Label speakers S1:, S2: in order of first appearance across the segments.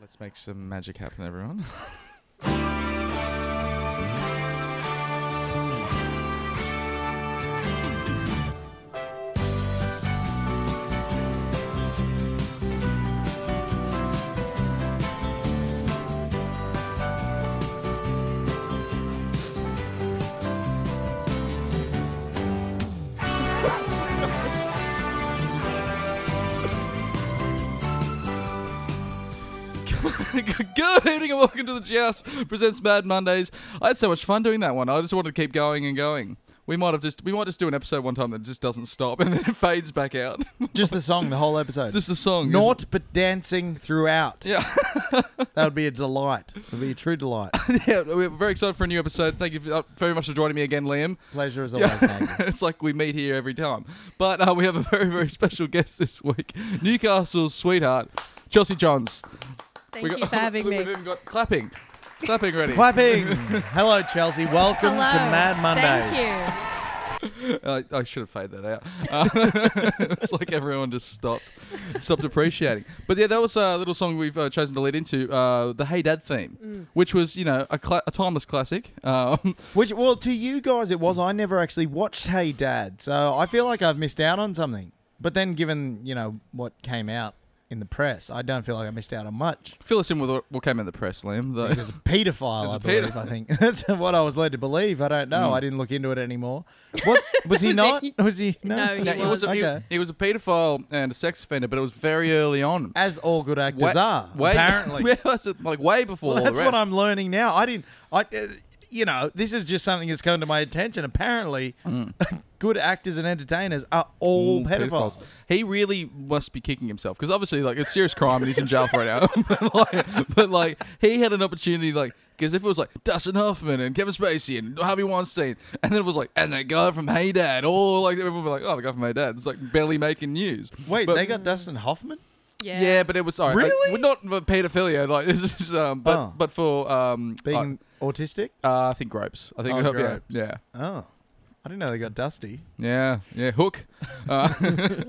S1: Let's make some magic happen, everyone. Good evening and welcome to the G House presents Mad Mondays. I had so much fun doing that one. I just wanted to keep going and going. We might have just we might just do an episode one time that just doesn't stop and then it fades back out.
S2: Just the song, the whole episode.
S1: just the song.
S2: Naught but dancing throughout.
S1: Yeah.
S2: That would be a delight. It would be a true delight.
S1: yeah. We're very excited for a new episode. Thank you for- uh, very much for joining me again, Liam.
S2: Pleasure as always,
S1: Yeah.
S2: Nathan.
S1: it's like we meet here every time. But uh, we have a very very special guest this week. Newcastle's sweetheart, Chelsea Johns.
S3: Thank you for having
S1: We've
S3: me.
S1: even got clapping, clapping ready.
S2: Clapping. Hello, Chelsea. Welcome to Mad Mondays.
S3: Thank you.
S1: I, I should have faded that out. Uh, it's like everyone just stopped, stopped appreciating. But yeah, that was a little song we've uh, chosen to lead into uh, the Hey Dad theme, which was you know a, cla a timeless classic. Um,
S2: Which, well, to you guys, it was. I never actually watched Hey Dad, so I feel like I've missed out on something. But then, given you know what came out in the press, I don't feel like I missed out on much.
S1: fill us in with what- what came in the press, Liam.
S2: He
S1: Though.
S2: was a paedophile,
S1: He was
S2: I
S1: a
S2: believe.
S1: pedo- Hmm.
S2: I think that's what I was led to believe. I don't know. I didn't look into it anymore. Was was he
S3: Was
S2: not?
S3: he?
S2: Was he? No.
S3: No, he
S1: Now, he was a, he-
S2: Okay.
S1: he was a paedophile and a sex offender, but it was very early on.
S2: As all good
S1: Wa-
S2: actors are,
S1: way-
S2: apparently.
S1: yeah, that's it, like way before.
S2: Well,
S1: all
S2: that's
S1: the
S2: what
S1: rest.
S2: I'm learning now. I didn't. I, uh, you know, this is just something that's come to my attention. Apparently,
S1: Mm.
S2: good actors and entertainers are all pedophiles.
S1: He really must be kicking himself because obviously, like, it's serious crime and he's in jail for it now. but, like, but like, he had an opportunity, like, because if it was like Dustin Hoffman and Kevin Spacey and Harvey Weinstein, and then it was like, and that guy from Hey Dad, or like everyone would be like, oh, the guy from Hey Dad, it's like barely making news.
S2: Wait,
S1: But-
S2: they got Dustin Hoffman.
S3: Yeah.
S1: Yeah. but it was sorry. like,
S2: Really?
S1: we're not for pedophilia. Like this is, um, but
S2: Oh.
S1: but for um,
S2: Being autistic.
S1: uh, uh, I think grapes. I think
S2: Oh,
S1: yeah,
S2: grapes.
S1: yeah,
S2: Oh, I didn't know they got Dusty.
S1: yeah, yeah. Hook. Uh,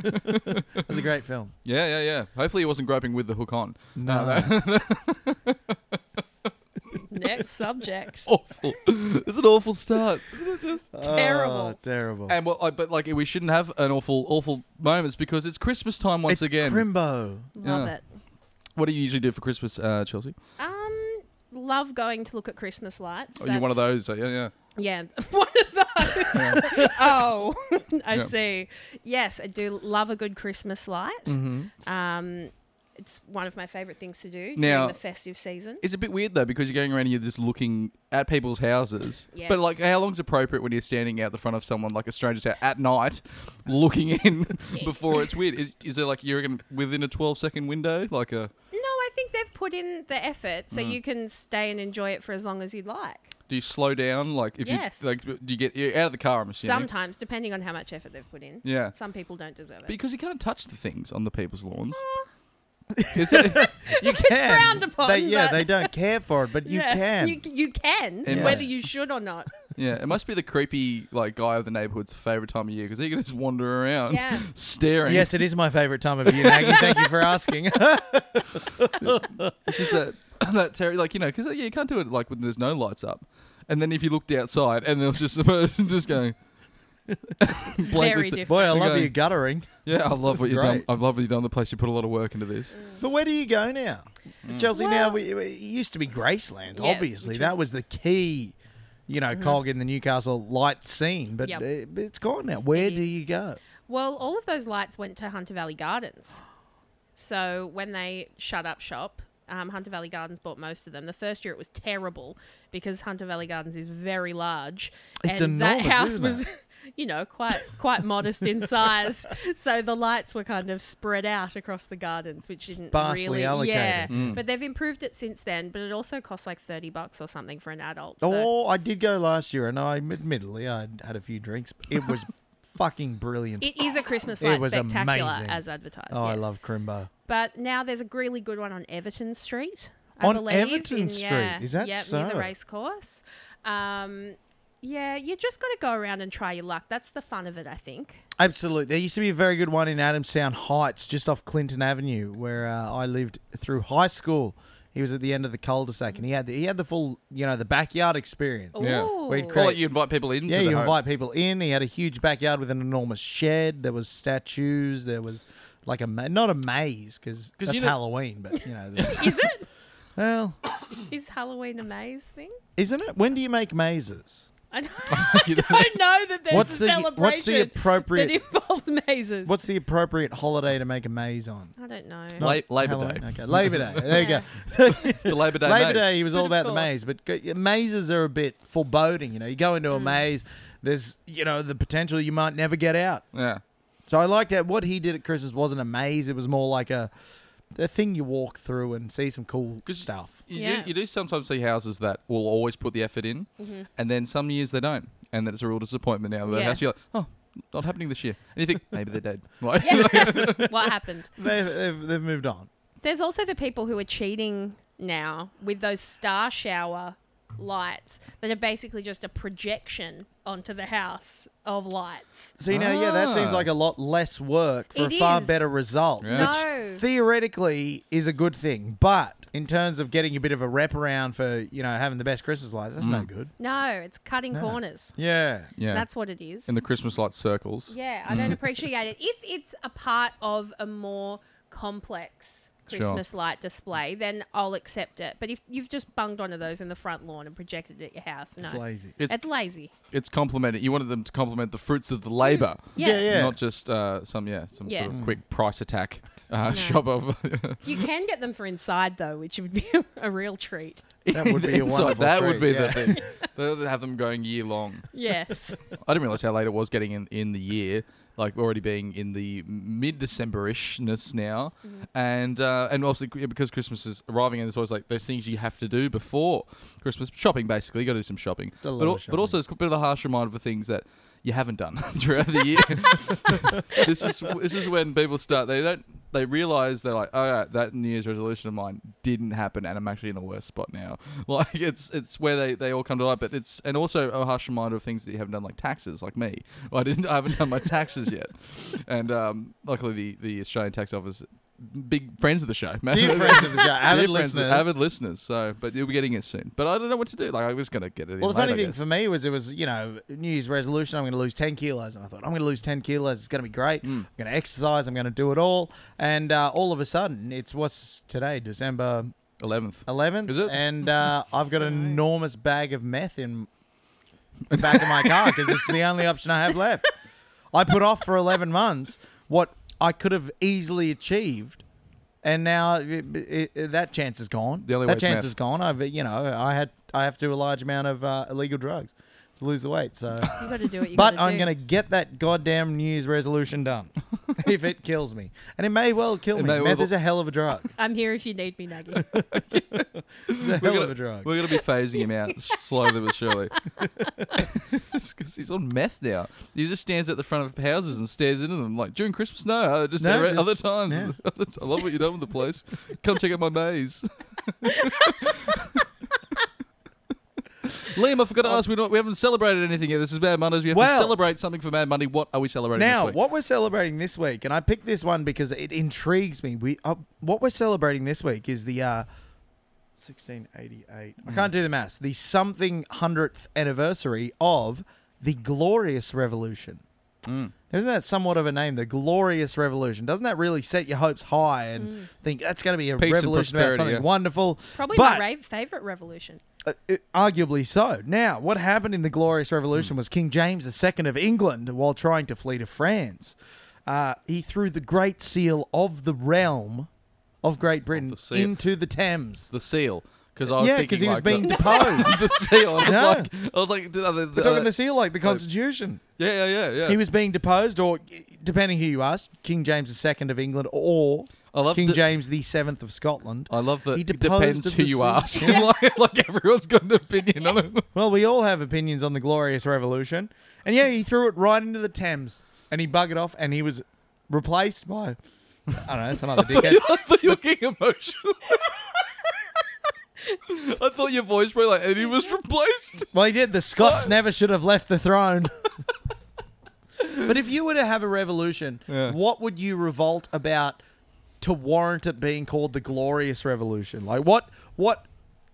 S2: That's a great film.
S1: yeah, yeah, yeah. Hopefully, he wasn't groping with the hook on.
S2: No,
S3: Next subject.
S1: awful. it's an awful start. Isn't it just?
S2: Oh,
S3: terrible.
S2: terrible.
S1: And well, I, but like we shouldn't have an awful, awful moments because it's Christmas time once
S2: it's
S1: again.
S2: Crimbo.
S3: Love
S1: Yeah.
S3: it.
S1: what do you usually do for Christmas, uh, Chelsea?
S3: Um, love going to look at Christmas lights.
S1: Oh, you're one of
S3: That's-
S1: those. uh, yeah, yeah.
S3: Yeah, one of those. oh, I
S1: Yeah.
S3: see. Yes, I do love a good Christmas light. Um, it's one of my favorite things to do
S1: Mm-hmm. Now-
S3: during the festive season.
S1: It's a bit weird though because you're going around and you're just looking at people's houses.
S3: Yes.
S1: But like, how long's appropriate when you're standing out the front of someone like a stranger's house at night, looking in before it's weird? Is is there like you're in, within a 12 second window? Like a
S3: No, I think they've put in the effort, so
S1: Mm.
S3: you can stay and enjoy it for as long as you'd like.
S1: do you slow down? Like if
S3: Yes.
S1: you like do you get you're out of the car? I'm assuming.
S3: Sometimes, depending on how much effort they've put in.
S1: Yeah.
S3: Some people don't deserve it.
S1: Because you can't touch the things on the people's lawns. Is it?
S2: You can.
S3: frowned upon,
S2: They, yeah,
S3: but-
S2: they don't care for it, but you
S3: Yeah,
S2: can.
S3: You, you can,
S1: It
S3: whether
S1: must-
S3: you should or not.
S1: Yeah, it must be the creepy like guy of the neighborhood's favorite time of year because he can just wander around
S3: Yeah.
S1: staring.
S2: Yes, it is my favourite time of year, Maggie. Thank you for asking.
S1: it's just that that terror, like you know, because yeah, you can't do it like when there's no lights up. And then if you looked outside and there was just a person just going,
S3: Very
S1: blankly sta-
S3: different.
S2: Boy, I love
S1: Okay.
S2: you guttering.
S1: Yeah, I love what you've done.
S2: Great.
S1: I love what you've done. The place you put a lot of work into
S3: Mm.
S1: this.
S2: But where do you go now? Chelsea, now
S3: Well-
S2: we, we- it used to be Graceland,
S3: Yes,
S2: obviously.
S3: which Mm-hmm.
S2: That was the key, you know, cog in the Newcastle light scene, but
S3: Yep.
S2: it, but it's gone now. Where
S3: It
S2: do
S3: is.
S2: you go?
S3: Well, all of those lights went to Hunter Valley Gardens. So when they shut up shop, um, Hunter Valley Gardens bought most of them. The first year it was terrible because Hunter Valley Gardens is very large.
S2: It's
S3: and
S2: enormous,
S3: that house
S2: isn't
S3: was, you know, quite quite modest in size. So the lights were kind of spread out across the gardens, which didn't
S2: Sparsely
S3: really
S2: allocated. Mm.
S3: Yeah. But they've improved it since then, but it also costs like thirty bucks or something for an adult. So
S2: Oh, I did go last year, and I admittedly I had a few drinks. but It was fucking brilliant.
S3: It is a Christmas
S2: It
S3: light
S2: was
S3: spectacular
S2: amazing.
S3: as advertised.
S2: oh, I
S3: yes.
S2: love Crimbo.
S3: But now there's a really good one on Everton Street. I
S2: On
S3: believe,
S2: Everton Street?
S3: yeah,
S2: Is that
S3: yep, near
S2: so?
S3: the race course? Um, yeah, you just got to go around and try your luck. That's the fun of it, I think.
S2: Absolutely. There used to be a very good one in Adamstown Heights, just off Clinton Avenue, where uh, I lived through high school. He was at the end of the cul-de-sac, and he had the, he had the full, you know, the backyard experience.
S1: Yeah.
S2: We'd
S3: Ooh.
S1: Well,
S2: create-
S1: like you invite people into
S2: Yeah,
S1: the
S2: you
S1: home.
S2: invite people in. He had a huge backyard with an enormous shed. There was statues. There was like a ma- not a maze because
S1: 'Cause
S2: that's
S1: you know-
S2: Halloween, but you know, the-
S3: Is it?
S2: well,
S3: Is Halloween a maze thing?
S2: isn't it? When do you make mazes?
S3: I don't, I don't know that there's
S2: What's
S3: a
S2: the
S3: celebration
S2: what's the
S3: that
S2: appropriate
S3: involves mazes.
S2: what's the appropriate holiday to make a maze on?
S3: I don't know.
S1: not- La- Labor
S2: Halloween.
S1: Day.
S2: Okay, Labor Day. There you
S3: Yeah.
S2: go.
S1: The Labor Day.
S2: Labor
S1: maze.
S2: Day, he was
S3: But
S2: all
S3: of
S2: about the
S3: course.
S2: maze, but go- mazes are a bit foreboding. You know, you go into
S1: Mm.
S2: a maze, there's you know the potential you might never get out.
S1: Yeah.
S2: So I liked that what he did at Christmas wasn't a maze; it was more like a a thing you walk through and see some cool
S1: 'Cause-
S2: stuff.
S1: You,
S3: Yeah.
S1: do, you do sometimes see houses that will always put the effort in, and then some years they don't, and then it's a real disappointment. Now that
S3: Yeah.
S1: house, you're like, oh, not happening this year, and you think maybe they're dead. Like,
S3: Yeah. what happened?
S2: They've, they've, they've moved on.
S3: There's also the people who are cheating now with those star shower lights that are basically just a projection onto the house of lights.
S2: See now, yeah, that seems
S1: Ah.
S2: like a lot less work for
S3: It
S2: a far
S3: is.
S2: better result,
S1: Yeah.
S3: No.
S2: which theoretically is a good thing. But in terms of getting a bit of a wraparound for you know having the best Christmas lights, that's
S1: Mm.
S2: no good.
S3: No, it's cutting corners.
S2: Yeah,
S1: yeah.
S3: That's what it is.
S1: in the Mm. Christmas light circles.
S3: yeah, I don't appreciate it. If it's a part of a more complex
S1: Sure.
S3: Christmas light display, then I'll accept it. But if you've just bunged onto those in the front lawn and projected it at your house, no.
S2: it's lazy.
S1: It's
S3: It's lazy.
S1: it's complimented. You wanted them to compliment the fruits of the labor,
S3: Yeah.
S2: Yeah, yeah.
S1: not just uh, some yeah some
S3: Yeah.
S1: sort of quick price attack uh, shop of.
S3: You can get them for inside though, which would be a real treat.
S2: That would be a
S1: Inside,
S2: wonderful
S1: That would be
S2: treat, yeah.
S1: the thing. They'll have them going year long.
S3: Yes.
S1: I didn't realize how late it was getting in, in the year, like already being in the mid December ishness now, and uh, and obviously yeah, because Christmas is arriving and there's always like there's things you have to do before Christmas shopping basically. You got to do some shopping,
S2: a lot
S1: but
S2: of
S1: al- but
S2: shopping.
S1: also it's a bit of a harsh reminder of things that you haven't done throughout the year. this is this is when people start they don't they realize they're like oh yeah, that New Year's resolution of mine didn't happen and I'm actually in a worse spot now. Like it's it's where they, they all come to light, but it's and also a harsh reminder of things that you haven't done like taxes, like me. I didn't I haven't done my taxes yet, and um, luckily the the Australian Tax Office. Big friends of the show, man.
S2: Dear friends of the show, avid
S1: Dear friends-
S2: listeners.
S1: avid listeners. So, but you'll be getting it soon. But I don't know what to do. Like, I'm just gonna get it.
S2: Well,
S1: in
S2: the funny
S1: later, I
S2: thing for me was it was, you know, New Year's resolution. I'm going to lose 10 kilos. And I thought, I'm going to lose 10 kilos. It's going to be great.
S1: Mm. Hmm,
S2: I'm going to exercise. I'm going to do it all. And uh, all of a sudden, it's what's today, December
S1: guess. 11th.
S2: 11th.
S1: Is it?
S2: And uh, I've got an enormous bag of meth in the back of my car because it's the only option I have left. I put off for 11 months what I could have easily achieved. And now it, it, it- that chance is gone.
S1: The only way
S2: that
S1: is
S2: chance
S1: meth.
S2: is gone. I've you know I had I have to do a large amount of uh, illegal drugs to lose the weight. So,
S3: You gotta do what you
S2: but
S3: gotta
S2: I'm
S3: do.
S2: gonna get that goddamn New Year's resolution done, if it kills me, and it may well kill
S1: It
S2: me.
S1: may
S2: Meth
S1: well-
S2: is a hell of a drug.
S3: I'm here if you need me, Naggy.
S2: It's a
S1: We're
S2: hell
S1: gonna,
S2: of a drug.
S1: we're gonna be phasing him out slowly but surely. Because he's on meth now. He just stands at the front of houses and stares into them like during Christmas. No, uh, just,
S2: No,
S1: there
S2: just-
S1: other times.
S2: yeah.
S1: Other t- I love what you've done with the place. Come check out my maze. Liam, I forgot to ask. We don't. We haven't celebrated anything yet. This is Mad Mondays. We have
S2: Well-
S1: to celebrate something for Mad Monday. What are we celebrating
S2: Now,
S1: this week?
S2: what we're celebrating this week, and I picked this one because it intrigues me. We uh, what we're celebrating this week is the uh, 1688. I can't do the maths. The something hundredth anniversary of the Glorious Revolution.
S1: Hmm.
S2: Isn't that somewhat of a name? The Glorious Revolution. Doesn't that really set your hopes high and think that's going to be a
S1: Peace and
S2: revolution about
S1: prosperity,
S2: something
S1: yeah.
S2: wonderful?
S3: Probably
S2: but,
S3: my ra- favorite revolution.
S2: uh, uh, arguably so. Now, what happened in the Glorious
S1: Hmm.
S2: Revolution was King James II of England, while trying to flee to France, uh, he threw the Great Seal of the realm of Great Britain
S1: the seal.
S2: into the Thames.
S1: The seal. Because I was
S2: yeah,
S1: thinking
S2: because he was
S1: like,
S2: being
S1: the,
S2: deposed.
S1: the seal. I was
S2: No.
S1: like, I was like, are they-
S2: We're
S1: are
S2: talking
S1: they-
S2: the seal like the Constitution.
S1: yeah, yeah, yeah, yeah.
S2: He was being deposed, or depending who you ask, King James II of England or
S1: I love
S2: King
S1: the-
S2: James the Seventh of Scotland.
S1: I love that
S2: He
S1: it
S2: deposed
S1: depends
S2: of
S1: who
S2: the
S1: you
S2: seal.
S1: ask. like, like everyone's got an opinion on it.
S2: Well, we all have opinions on the Glorious Revolution. And yeah, he threw it right into the Thames and he buggered off and he was replaced by, I don't know, some other dickhead.
S1: I thought you were getting emotional. I thought your voice were like, and he was replaced.
S2: Well, he did. The Scots never should have left the throne. but if you were to have a revolution,
S1: Yeah.
S2: what would you revolt about to warrant it being called the Glorious Revolution? Like what what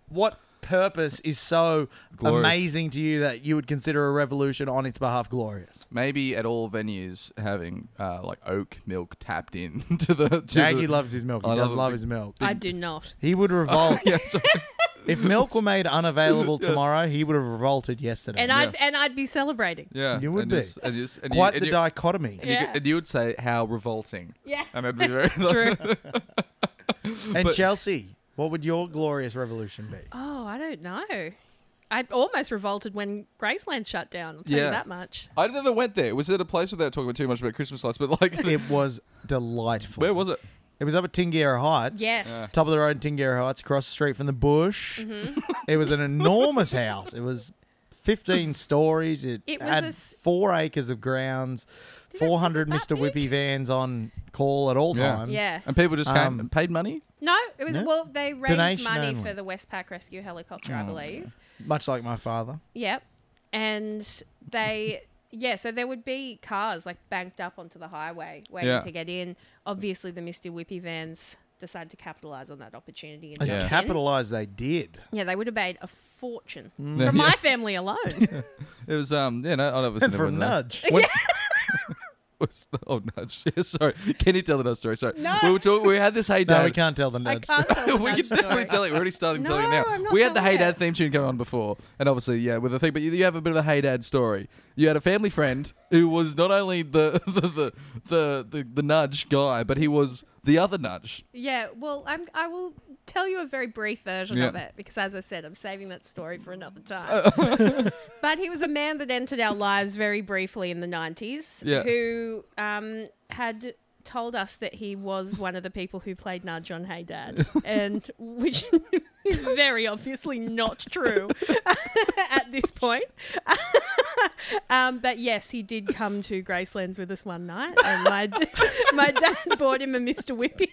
S2: what purpose is so
S1: Glorious.
S2: amazing to you that you would consider a revolution on its behalf glorious?
S1: Maybe at all venues having uh, like oak milk tapped in to the. To
S2: Jackie
S1: the-
S2: loves his milk. He
S1: I
S2: does
S1: love
S2: love
S1: it.
S2: his milk.
S3: I do not.
S2: He would revolt.
S1: Yeah, sorry.
S2: if milk were made unavailable tomorrow, he would have revolted yesterday.
S3: And I'd and I'd be celebrating.
S1: yeah.
S2: You would
S1: and
S2: be.
S1: s- and you s- and you-
S2: Quite
S1: and
S2: the
S1: you-
S2: dichotomy.
S1: and you,
S3: Yeah.
S1: and you would say how revolting.
S3: Yeah.
S1: And that'd be very.
S3: True.
S2: And
S1: But-
S2: Chelsea, what would your glorious revolution be?
S3: Oh, I don't know. I almost revolted when Graceland shut down. I'll tell
S1: Yeah.
S3: you that much.
S1: I never went there. Was it a place without talking about too much about Christmas lights? But like,
S2: It was delightful.
S1: where was it?
S2: it? was up at Tingera Heights.
S3: Yes.
S2: Top of the road in Tingera Heights, across the street from the bush.
S3: Mm-hmm.
S2: it was an enormous house. It was 15 stories. It,
S3: It was
S2: had
S3: a s-
S2: four acres of grounds,
S3: it- was
S2: 400
S3: it that
S2: Mr. Whippy
S3: big?
S2: vans on call at all times.
S3: Yeah.
S1: And people just came
S2: Um,
S1: and paid money.
S3: No, it was
S2: No?
S3: well they raised
S2: Donation
S3: money
S2: only.
S3: for the Westpac rescue helicopter,
S1: Oh.
S3: I believe.
S2: Much like my father.
S3: Yep. And they, yeah, so there would be cars like banked up onto the highway waiting
S1: Yeah.
S3: to get in. Obviously, the Misty Whippy vans decided to capitalize on that opportunity. And
S2: And
S1: Yeah.
S3: jumped in.
S2: capitalised they did.
S3: Yeah, they would have made a fortune
S1: Mm. Yeah.
S3: from my family alone.
S1: It was um yeah no I never
S2: And
S1: seen
S2: from
S1: that.
S2: Nudge.
S1: was the- oh nudge. Yeah, sorry. Can you tell the nudge story? Sorry.
S3: No.
S1: We were talking, we had this hey dad.
S2: No, we can't tell the
S3: I
S2: Nudge.
S3: can't tell the
S1: we can
S3: nudge
S1: definitely
S3: story.
S1: tell it. We're already starting to tell you
S3: No,
S1: now.
S3: I'm not
S1: we had the Hey
S3: telling
S1: Dad
S3: it.
S1: theme tune going on before, and obviously, yeah, with the thing. But you, you have a bit of a Hey Dad story. You had a family friend who was not only the the the the, the, the nudge guy, but he was the other nudge.
S3: Yeah, well, I'm, I will tell you a very brief version
S1: Yeah.
S3: of it because, as I said, I'm saving that story for another time.
S1: Oh.
S3: but he was a man that entered our lives very briefly in the 90s
S1: Yeah.
S3: who um, had told us that he was one of the people who played Nudge on Hey Dad, and which is very obviously not true at this point. Um, but yes, he did come to Gracelands with us one night, and my, my dad bought him a Mr. Whippy.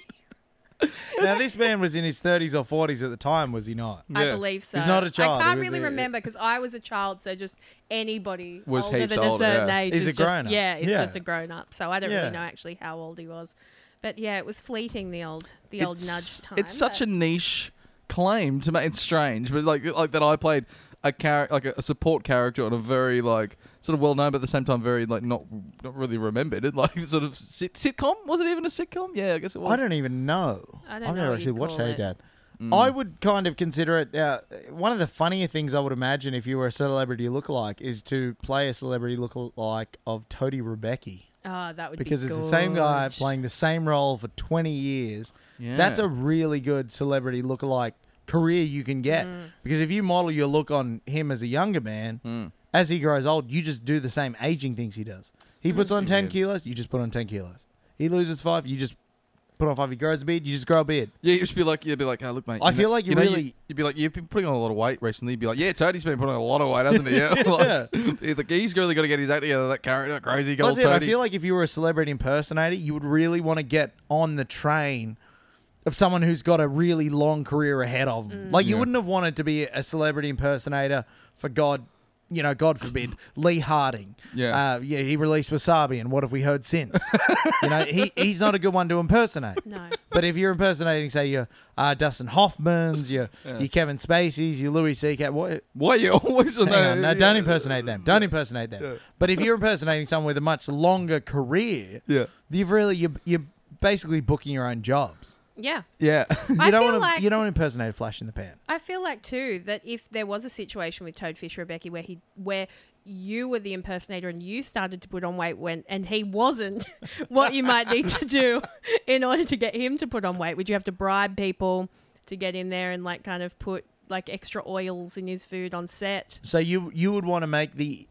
S2: now this man was in his 30s or 40s at the time, was he not?
S3: I
S1: Yeah.
S3: believe so.
S2: He's not a child,
S3: I can't
S2: he was
S3: really
S2: a-
S3: remember because I was a child, so just anybody
S1: Was
S3: older
S1: heaps
S3: than
S1: older,
S3: a certain
S1: yeah.
S3: age
S2: He's
S3: is
S2: a
S3: just-
S2: grown-up.
S3: Yeah, it's
S2: Yeah.
S3: just a grown up. So I don't
S2: Yeah.
S3: really know actually how old he was, but yeah, it was fleeting the old the old nudge time.
S1: It's such a
S3: but-
S1: niche claim to make. It's strange, but like like that I played a character like a, a support character on a very like sort of well known, but at the same time very like not not really remembered. It like sort of sit- sitcom was it even a sitcom? Yeah, I guess it was.
S2: I don't even know.
S3: I don't
S2: I've
S3: know
S2: never
S3: what
S2: actually
S3: you'd
S2: watched
S3: call
S2: Hey
S3: it. Hmm.
S2: Dad.
S1: Mm.
S2: I would kind of consider it uh, one of the funnier things I would imagine if you were a celebrity lookalike is to play a celebrity lookalike of Tody Rebecki
S3: oh, that would be
S2: because it's the same guy
S3: gorge.
S2: playing the same role for 20 years. That's
S1: Yeah.
S2: a really good celebrity lookalike career you can get
S3: Hmm.
S2: because if you model your look on him as a younger man,
S1: Hmm.
S2: as he grows old, you just do the same aging things he does.
S1: Mm-hmm.
S2: He puts on 10
S1: weird.
S2: kilos, you just put on 10 kilos. He loses five, you just put on five. He grows a beard, you just grow a beard.
S1: Yeah, you'd just be like, you'd be like, oh, look, mate.
S2: I
S1: you
S2: feel like you
S1: you know,
S2: really-
S1: you'd be like, you've been putting on a lot of weight recently. You'd be like, yeah, Toadie's been putting on a lot of weight, hasn't he? Yeah, like, he's like, he's really got to get his act together. That character, that crazy old
S2: That's it. I
S1: Toadie.
S2: feel like if you were a celebrity impersonator, you would really want to get on the train of someone who's got a really long career ahead of them. Like you
S1: Yeah.
S2: wouldn't have wanted to be a celebrity impersonator for God, you know, God forbid, Lee Harding.
S1: Yeah.
S2: uh, yeah. He released Wasabi, and what have we heard since? you know, he he's not a good one to impersonate.
S3: No.
S2: But if you're impersonating, say your uh, Dustin Hoffman's, your your Kevin Spacey's, your Louis C.K. What,
S1: Why are you always on
S2: Hang
S1: that?
S2: on, no, don't impersonate them. Don't impersonate them.
S1: Yeah.
S2: But if you're impersonating someone with a much longer career,
S1: Yeah.
S2: you've really you're, you're basically booking your own jobs.
S3: Yeah,
S1: Yeah.
S2: You
S3: I
S2: don't
S3: feel
S2: want to
S3: like
S2: you don't impersonate a flash in the pan.
S3: I feel like too that if there was a situation with Toadfish Rebecca where he where you were the impersonator and you started to put on weight when and he wasn't, what you might need to do in order to get him to put on weight, would you have to bribe people to get in there and like kind of put like extra oils in his food on set?
S2: So you you would want to make the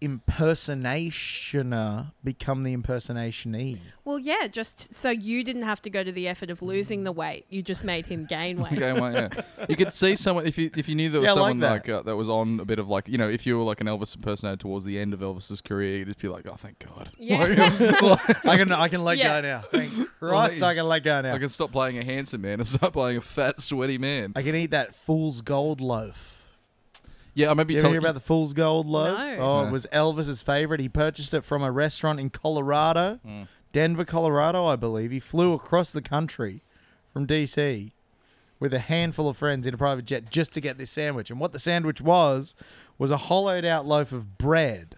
S2: impersonationer become the impersonationee.
S3: Well, yeah, just so you didn't have to go to the effort of losing the weight, you just made him gain weight.
S1: Okay, well, yeah. You could see someone if you if you knew there was
S2: Yeah, I like
S1: someone
S2: that.
S1: like, uh, that was on a bit of like you know if you were like an Elvis impersonator towards the end of Elvis's career, you'd just be like, oh, thank God.
S3: Yeah.
S1: Like,
S2: I can I can let
S3: Yeah.
S2: go now. Thank Christ, I can let go now.
S1: I can stop playing a handsome man and start playing a fat, sweaty man.
S2: I can eat that fool's gold loaf.
S1: Yeah, I remember
S2: You
S1: you
S2: ever
S1: telling
S2: hear about the Fool's Gold loaf?
S3: No.
S2: Oh, it
S1: No.
S2: was Elvis's favorite. He purchased it from a
S1: Hmm.
S2: restaurant in Colorado, Denver, Colorado, I believe. He flew across the country from DC with a handful of friends in a private jet just to get this sandwich. And what the sandwich was was a hollowed out loaf of bread.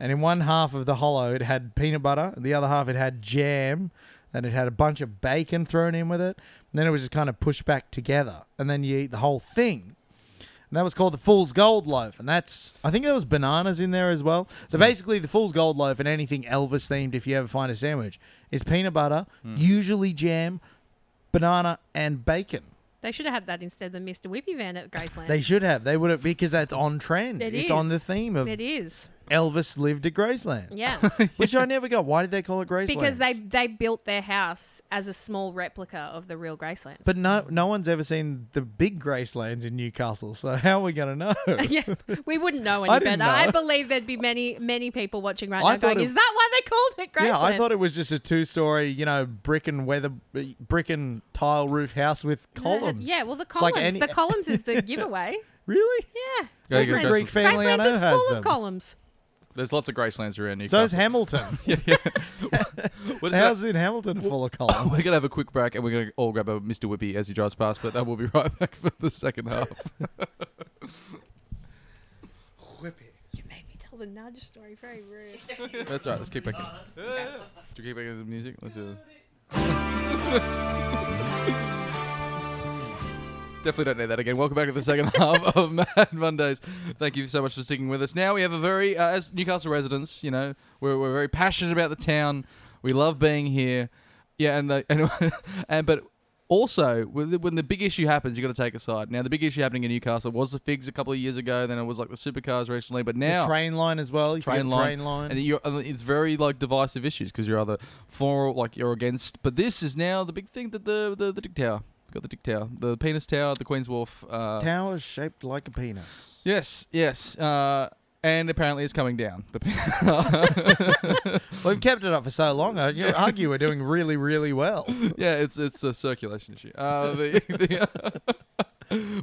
S2: And in one half of the hollow, it had peanut butter. The other half, it had jam. And it had a bunch of bacon thrown in with it. And then it was just kind of pushed back together. And then you eat the whole thing. And that was called the Fool's Gold Loaf. And that's, I think there was bananas in there as well. So basically, the Fool's Gold Loaf and anything Elvis themed, if you ever find a sandwich, is peanut butter, usually jam, banana, and bacon.
S3: They should have had that instead of the Mr. Whippy van at Graceland.
S2: They should have. They would have, because that's on trend.
S3: It
S2: it's
S3: is.
S2: on the theme of
S3: it is.
S2: Elvis lived at Graceland,
S3: Yeah.
S2: which I never got. Why did they call it Graceland?
S3: because they they built their house as a small replica of the real Graceland.
S2: But no, no one's ever seen the big Gracelands in Newcastle, so how are we going to know?
S3: yeah, we wouldn't know any
S2: I
S3: better.
S2: didn't
S3: I
S2: know.
S3: believe there'd be many, many people watching right
S2: I
S3: now
S2: thought
S3: going,
S2: it-
S3: "Is that why they called it Graceland?"
S2: Yeah, I thought it was just a two-story, you know, brick and weather, brick and tile roof house with
S3: No,
S2: columns.
S3: Yeah, well, the
S2: It's like
S3: columns.
S2: any-
S3: the columns is the giveaway.
S2: really?
S3: Yeah,
S1: Yeah, you
S2: Every
S1: got
S2: Greek
S1: Graceland.
S2: family I
S3: Graceland's
S2: know
S3: is
S2: has
S3: full
S2: them.
S3: of columns.
S1: There's lots of Gracelands around
S2: So
S1: Newcastle.
S2: is Hamilton.
S1: What is that?
S2: How's in Hamilton full of columns?
S1: We're gonna have a quick break, and we're gonna all grab a Mr. Whippy as he drives past. But then we'll be right back for the second half.
S3: You made me tell the nudge story very rude.
S1: That's right. Let's keep back in. Do we keep back in the music? Let's do Definitely don't need that again. Welcome back to the second half of Mad Mondays. Thank you so much for sticking with us. Now we have a very, uh, as Newcastle residents, you know, we're, we're very passionate about the town. We love being here. Yeah, and the, and, and but also when the, when the big issue happens, you got to take a side. Now the big issue happening in Newcastle was the figs a couple of years ago. Then it was like the supercars recently. But now
S2: The train line as well. You forget
S1: train
S2: the
S1: line,
S2: Train line.
S1: and you're, and it's very like divisive issues because you're either for or like you're against. But this is now the big thing that the the, the dick tower got the dick tower, the penis tower, the Queen's Wharf. Uh,
S2: Tower shaped like a penis.
S1: yes, yes, uh, and apparently it's coming down. The pe-
S2: We've kept it up for so long. I you argue we're doing really, really well.
S1: yeah, it's it's a circulation issue. Uh, the, the-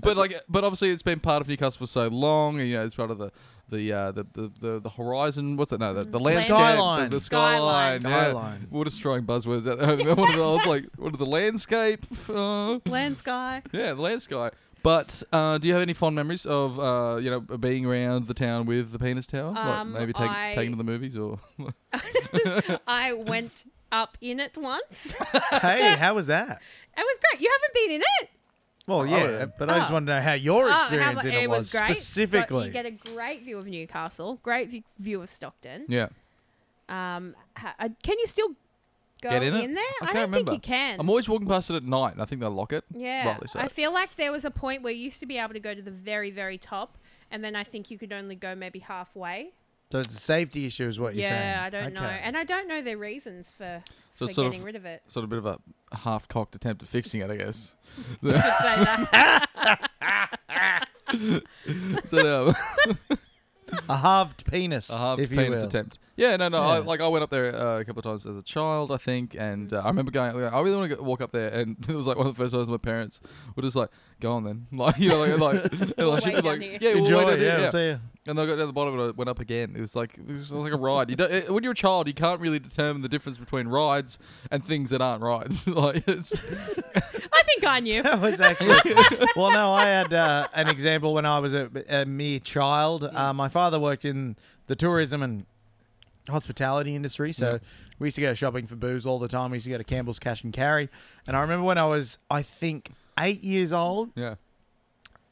S1: but like, but obviously it's been part of Newcastle for so long, and you know it's part of the the uh, the, the, the the horizon. What's that? No, the, the landscape,
S2: Skyline.
S1: the, the skyline,
S3: Skyline.
S1: yeah.
S2: Skyline.
S1: We're destroying buzzwords out there. One of the, I was like, what are the landscape? Uh,
S3: Land Sky.
S1: yeah, the landscape. But uh, do you have any fond memories of uh, you know being around the town with the penis tower?
S3: Um,
S1: like maybe take,
S3: I-
S1: taking to the movies or
S3: I went up in it once. it
S2: hey, how was that?
S3: was great. You haven't been in it.
S2: Well, yeah,
S1: yeah.
S2: but I just
S3: Oh.
S2: want to know how your
S3: Oh, how
S2: experience
S3: mu-
S2: in it, was,
S3: great. Got-
S2: specifically.
S3: you get a great view of Newcastle, great view, view of Stockton.
S1: yeah.
S3: Um, ha- uh, can you still go
S1: Get in it? I
S3: there? I,
S1: can't
S3: don't
S1: remember.
S3: think you can.
S1: I'm always walking past it at night, and I think they lock it.
S3: yeah,
S1: rightly so.
S3: I feel like there was a point where you used to be able to go to the very, very top, and then I think you could only go maybe halfway.
S2: so it's a safety issue, is what you're saying.
S3: yeah, I don't know,
S2: Okay.
S3: and I don't know their reasons for,
S1: So
S3: for
S1: it's sort
S3: getting
S1: of-
S3: rid of it.
S1: sort of a bit of a half-cocked attempt at fixing it, I guess.
S3: Could say that.
S1: so um,
S2: a halved penis,
S1: a half
S2: if you
S1: penis
S2: will.
S1: attempt. Yeah, no, no. I,
S2: Yeah.
S1: like I went up there uh, a couple of times as a child, I think, and uh, I remember going. Like, I really want to walk up there, and it was like one of the first times my parents were just like, "Go on then," like you know, like, like, and
S3: We'll
S1: I should
S3: wait
S1: be
S3: down
S1: like,
S3: here.
S1: "Yeah, we'll
S2: Enjoy
S1: wait down
S2: it,
S1: here,
S2: yeah. we'll See ya.
S1: And then I got down the bottom and I went up again. It was like it was like a ride. You don't, it, when you're a child, you can't really determine the difference between rides and things that aren't rides. like it's
S3: I think I knew.
S2: That was actually well. No, I had uh, an example when I was a, a mere child. Uh, my father worked in the tourism and hospitality industry, so we used to go shopping for booze all the time. We used to go to Campbell's Cash and Carry, and I remember when I was, I think, eight years old,
S1: yeah.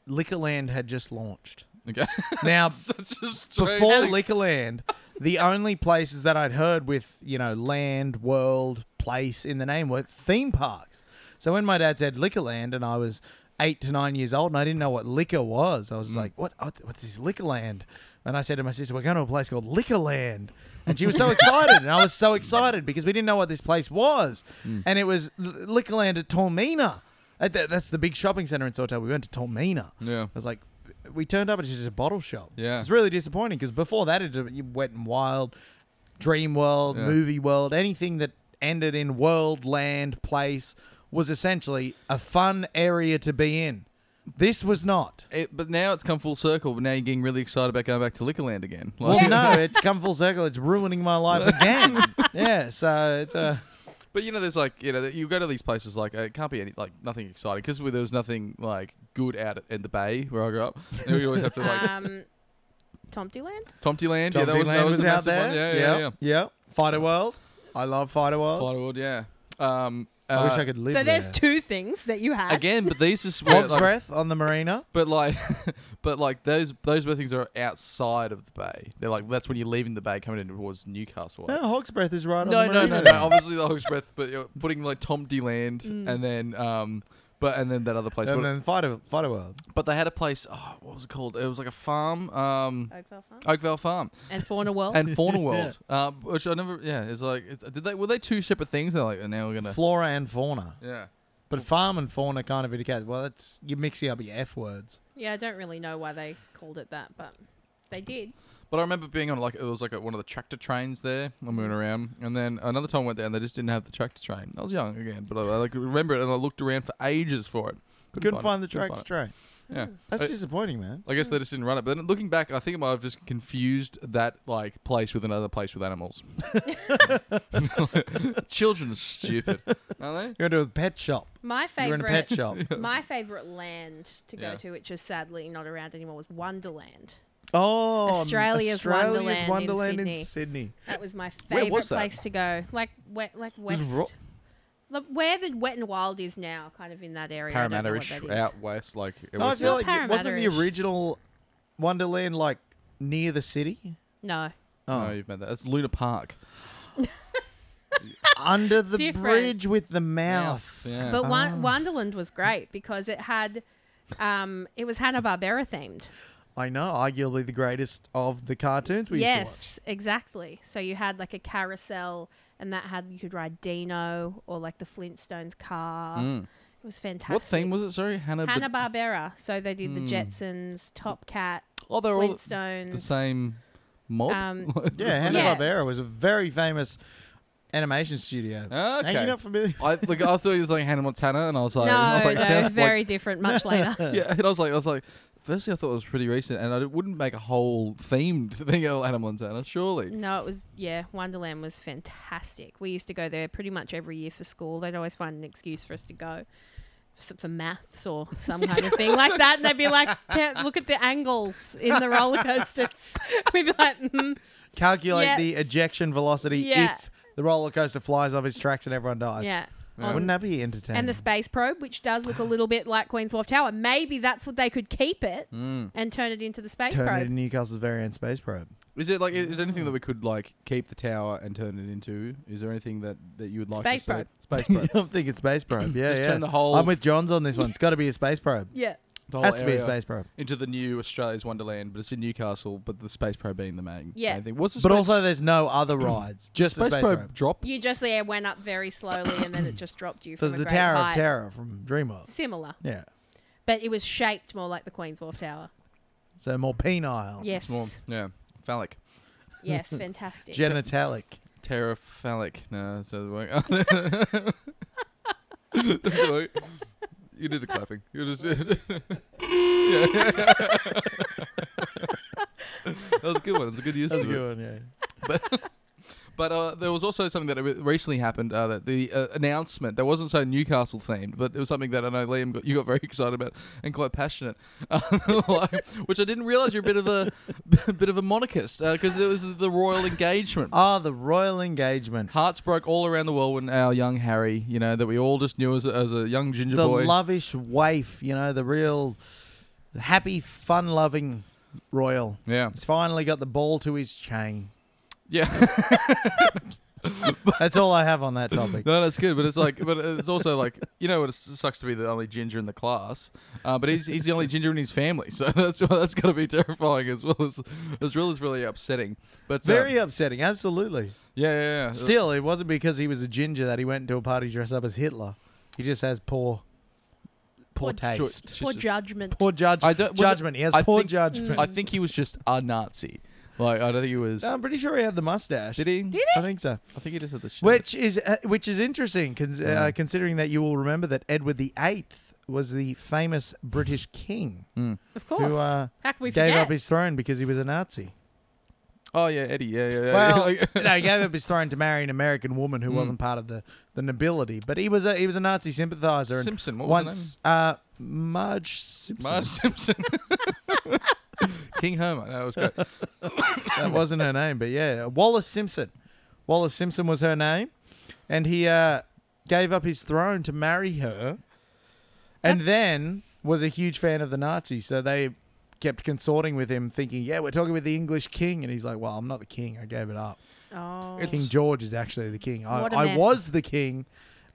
S2: Liquorland had just launched.
S1: Okay.
S2: Now,
S1: Such a strange.
S2: before Liquorland, the only places that I'd heard with, you know, land, world, place in the name were theme parks. So when my dad said Liquorland and I was eight to nine years old and I didn't know what liquor was, I was like, what, what- what's this Liquorland? And I said to my sister, we're going to a place called Liquorland. And she was so excited. and I was so excited because we didn't know what this place was. And it was L- Liquorland at Tormina. At the- That's the big shopping center in Sortel. We went to Tormina.
S1: Yeah.
S2: I was like, we turned up and it's just a bottle shop.
S1: Yeah.
S2: It's really disappointing because before that, it you went in wild, dream world,
S1: Yeah.
S2: movie world, anything that ended in world, land, place was essentially a fun area to be in. This was not.
S1: It, but now it's come full circle. But now you're getting really excited about going back to Liquorland again. Like,
S2: Well, no, it's uh, come full circle. It's ruining my life again. yeah, so it's a.
S1: But you know, there's like you know, that you go to these places like uh, it can't be any like nothing exciting because there was nothing like good out at, in the bay where I grew up. And we always have to like
S3: um, Tomtyland?
S1: Tomtyland. Yeah, that was that
S2: Land
S1: was,
S2: was
S1: a massive
S2: out there.
S1: one. Yeah, yeah, yeah.
S2: Fighter World. I love Fighter World.
S1: Fighterwood, yeah. Um,
S2: I wish
S1: uh,
S2: I could live
S3: So
S2: there.
S3: there's two things that you had.
S1: again, but these is where,
S2: Bob's
S1: like,
S2: Breath on the marina.
S1: But like, but like those those were things that are outside of the bay. They're like that's when you're leaving the bay, coming in towards Newcastle.
S2: No, Hog's Breath is right
S1: no,
S2: on the
S1: no,
S2: marina.
S1: no, no.
S2: there.
S1: Obviously the Hog's Breath, but you're putting like Tom D Land and then um, but and then that other place.
S2: And
S1: But,
S2: then Fighter, Fighter World.
S1: but they had a place. Oh, what was it called? It was like a farm. Um,
S3: Oakville Farm.
S1: Oakvale Farm
S3: And Fauna World.
S1: and Fauna World, uh, which I never. Yeah, it's like it's, did they were they two separate things? They're like and now we're gonna.
S2: Flora and fauna.
S1: Yeah.
S2: But farm and fauna kind of indicate, well, that's you're mixing up your F words.
S3: yeah, I don't really know why they called it that, but they did.
S1: But I remember being on like it was like a, one of the tractor trains there when we went around, and then another time I went there and they just didn't have the tractor train. I was young again, but I, I, like remember it and I looked around for ages for it.
S2: Couldn't find the
S1: it, Uh, couldn't
S2: tractor train.
S1: find it. Yeah,
S2: That's
S1: I-
S2: disappointing, man.
S1: I guess they just didn't run it. But then looking back, I think I might have just confused that like place with another place with animals. Children are stupid, aren't
S2: You're going to a pet shop.
S3: My
S2: You're
S3: favorite
S2: in a pet shop.
S3: My favorite land to go
S1: Yeah.
S3: to, which is sadly not around anymore, was Wonderland.
S2: Oh,
S3: Australia's Wonderland in
S2: Wonderland
S3: Sydney.
S2: in Sydney.
S3: That was my
S1: Where
S3: favorite
S1: was that?
S3: place to go. Like we- like
S2: was
S3: west,
S2: ro-
S3: Like, where the Wet and Wild is now, kind of in that
S1: they?
S3: area. I don't know what
S1: Parramatta-ish,
S3: that is.
S1: out west, like it
S2: No, I
S1: was.
S2: feel like
S3: Not
S2: it wasn't the
S3: Parramatta-ish.
S2: original Wonderland like near the city.
S3: No,
S2: Oh,
S1: No, you've made that. It's Luna Park.
S2: under the
S3: Different.
S2: bridge with the mouth.
S1: Yeah. Ah.
S3: but Won- Wonderland was great because it had, um, it was Hanna Barbera themed.
S2: I know, arguably the greatest of the cartoons we used
S3: yes, exactly. So you had like a carousel, and that had you could ride Dino or like the Flintstones car. It was fantastic.
S1: Mm. What theme was it? Sorry, Hannah. but-
S3: Hanna Barbera. So they did the Jetsons, Top Cat,
S1: oh, they're all
S3: Flintstones.
S1: the same mob.
S3: Um,
S2: to watch. Yeah, Hanna
S3: Yeah.
S2: Barbera was a very famous animation studio.
S1: Ah,
S2: Are
S1: Okay.
S2: you not familiar?
S1: I like I thought he was like Hannah Montana, and I was like,
S3: no,
S1: I was like,
S3: no,
S1: sounds
S3: very different. Much later.
S1: like, yeah, and I was like, I was like, firstly, I thought it was pretty recent, and I wouldn't make a whole themed thing out of Hannah Montana, surely.
S3: No, it was yeah. Wonderland was fantastic. We used to go there pretty much every year for school. They'd always find an excuse for us to go s- for maths or some kind of thing like that, and they'd be like, "Can't "Look at the angles in the roller coasters." We'd be like, mm,
S2: Calculate
S3: Yeah.
S2: the ejection velocity
S3: Yeah.
S2: if the roller coaster flies off its tracks and everyone dies.
S3: "Yeah." Um,
S2: Wouldn't that be entertaining?
S3: And the space probe, which does look a little bit like Queen's Wharf Tower, maybe that's what they could keep it
S1: Mm.
S3: and turn it into the space
S2: Mm. Turn it
S3: probe.
S2: into Newcastle's very own space probe.
S1: Is it like, is there anything that we could like keep the tower and turn it into? Is there anything that that you would like
S3: Space
S1: to
S3: probe.
S1: say? Space probe.
S2: I'm thinking space probe. Yeah,
S1: Just
S2: yeah.
S1: turn the whole-
S2: I'm with John's on this one. It's got to be a space probe.
S3: yeah.
S1: The whole
S2: Has to be a
S1: area
S2: space probe.
S1: Into the new Australia's Wonderland, but it's in Newcastle, but the space probe being the main.
S3: Yeah.
S1: main thing. What's the
S2: But
S1: space,
S2: also, there's no other rides. Just
S1: space,
S2: the space
S1: probe,
S2: probe.
S1: drop?
S3: You just yeah went up very slowly, and then it just dropped you.
S2: There's
S3: from
S2: the
S3: a great
S2: Tower
S3: height.
S2: of Terror from DreamWorld.
S3: Similar,
S2: Yeah.
S3: but it was shaped more like the Queen's Wharf Tower.
S2: So more penile.
S3: Yes.
S1: It's more, yeah, phallic.
S3: Yes, fantastic.
S2: Genitalic.
S1: Terraphallic. No, that's not work. That's work. You did the clapping. You just. yeah. that was a good one. That's a good use.
S2: That's a
S1: of it.
S2: good one, yeah.
S1: But uh, there was also something that recently happened. Uh, that the uh, announcement that wasn't so Newcastle themed, but it was something that I know Liam got, you got very excited about and quite passionate, uh, like- which I didn't realize you're a bit of a bit of a monarchist because it was the royal engagement.
S2: Ah, the royal engagement.
S1: Hearts broke all around the world when our young Harry, you know, that we all just knew as a, as a young ginger
S2: The
S1: boy.
S2: lovish waif, you know, the real happy, fun loving royal.
S1: yeah,
S2: He's finally got the ball to his chain.
S1: yeah.
S2: That's all I have on that topic.
S1: no, that's good, but it's like, but it's also like, you know, it sucks to be the only ginger in the class, uh, but he's he's the only ginger in his family, so that's that's got to be terrifying as well as as well as really upsetting. But um,
S2: Very upsetting, absolutely.
S1: yeah, yeah, yeah.
S2: Still, it wasn't because he was a ginger that he went to a party dressed up as Hitler. He just has poor, poor
S3: Poor
S1: Cho-
S2: taste,
S1: just-
S3: Poor judgment.
S2: poor
S1: I
S2: judgment.
S1: don't- was it-
S2: Judgment. He has
S1: I
S2: poor
S1: think- Mm.
S2: judgment.
S1: I think he was just a Nazi. Like I don't think he was.
S2: I'm pretty sure he had the mustache.
S1: did he?
S3: Did
S2: I think so.
S1: I think he just had the shit.
S2: Which is uh, which is interesting, cons- uh,
S1: Mm.
S2: considering that you will remember that Edward the Eighth was the famous British king
S1: Mm.
S3: Of course.
S2: who uh,
S3: How can we
S2: gave
S3: forget?
S2: up his throne because he was a Nazi.
S1: Oh yeah, Eddie. Yeah, yeah. yeah.
S2: Well,
S1: Like- Mm.
S2: no, Jacob is thrown to marry an American woman who wasn't part of the, the nobility, but he was a he was a Nazi sympathizer. and
S1: Simpson, what was her
S2: once, uh, Marge Simpson.
S1: Marge Simpson. King Herman. That was great.
S2: that wasn't her name, but yeah, Wallace Simpson. Wallace Simpson was her name, and he uh, gave up his throne to marry her, and
S3: That's-
S2: then was a huge fan of the Nazis. So they kept consorting with him, thinking, "Yeah, we're talking with the English king," and he's like, "Well, I'm not the king. I gave it up.
S3: Oh,
S1: It's-
S2: King George is actually the king. I,
S4: What a
S2: I
S4: mess.
S2: was the king."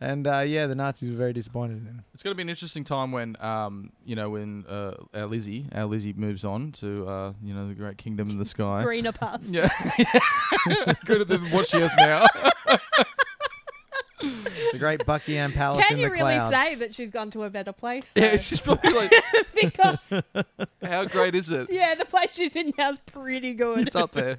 S2: And uh, yeah, the Nazis were very disappointed in him.
S1: It's going to be an interesting time when, um, you know, when uh, our Lizzie, our Lizzie moves on to, uh, you know, the great kingdom in the sky.
S3: greener pastures.
S1: Yeah, greater than what she has now.
S2: The great Buckingham Palace
S3: Can
S2: in
S3: you
S2: the
S3: really
S2: clouds.
S3: say that she's gone to a better place?
S1: yeah,
S3: though?
S1: she's probably like,
S3: because
S1: how great is it?
S3: yeah, the place she's in now's pretty good.
S1: It's up there.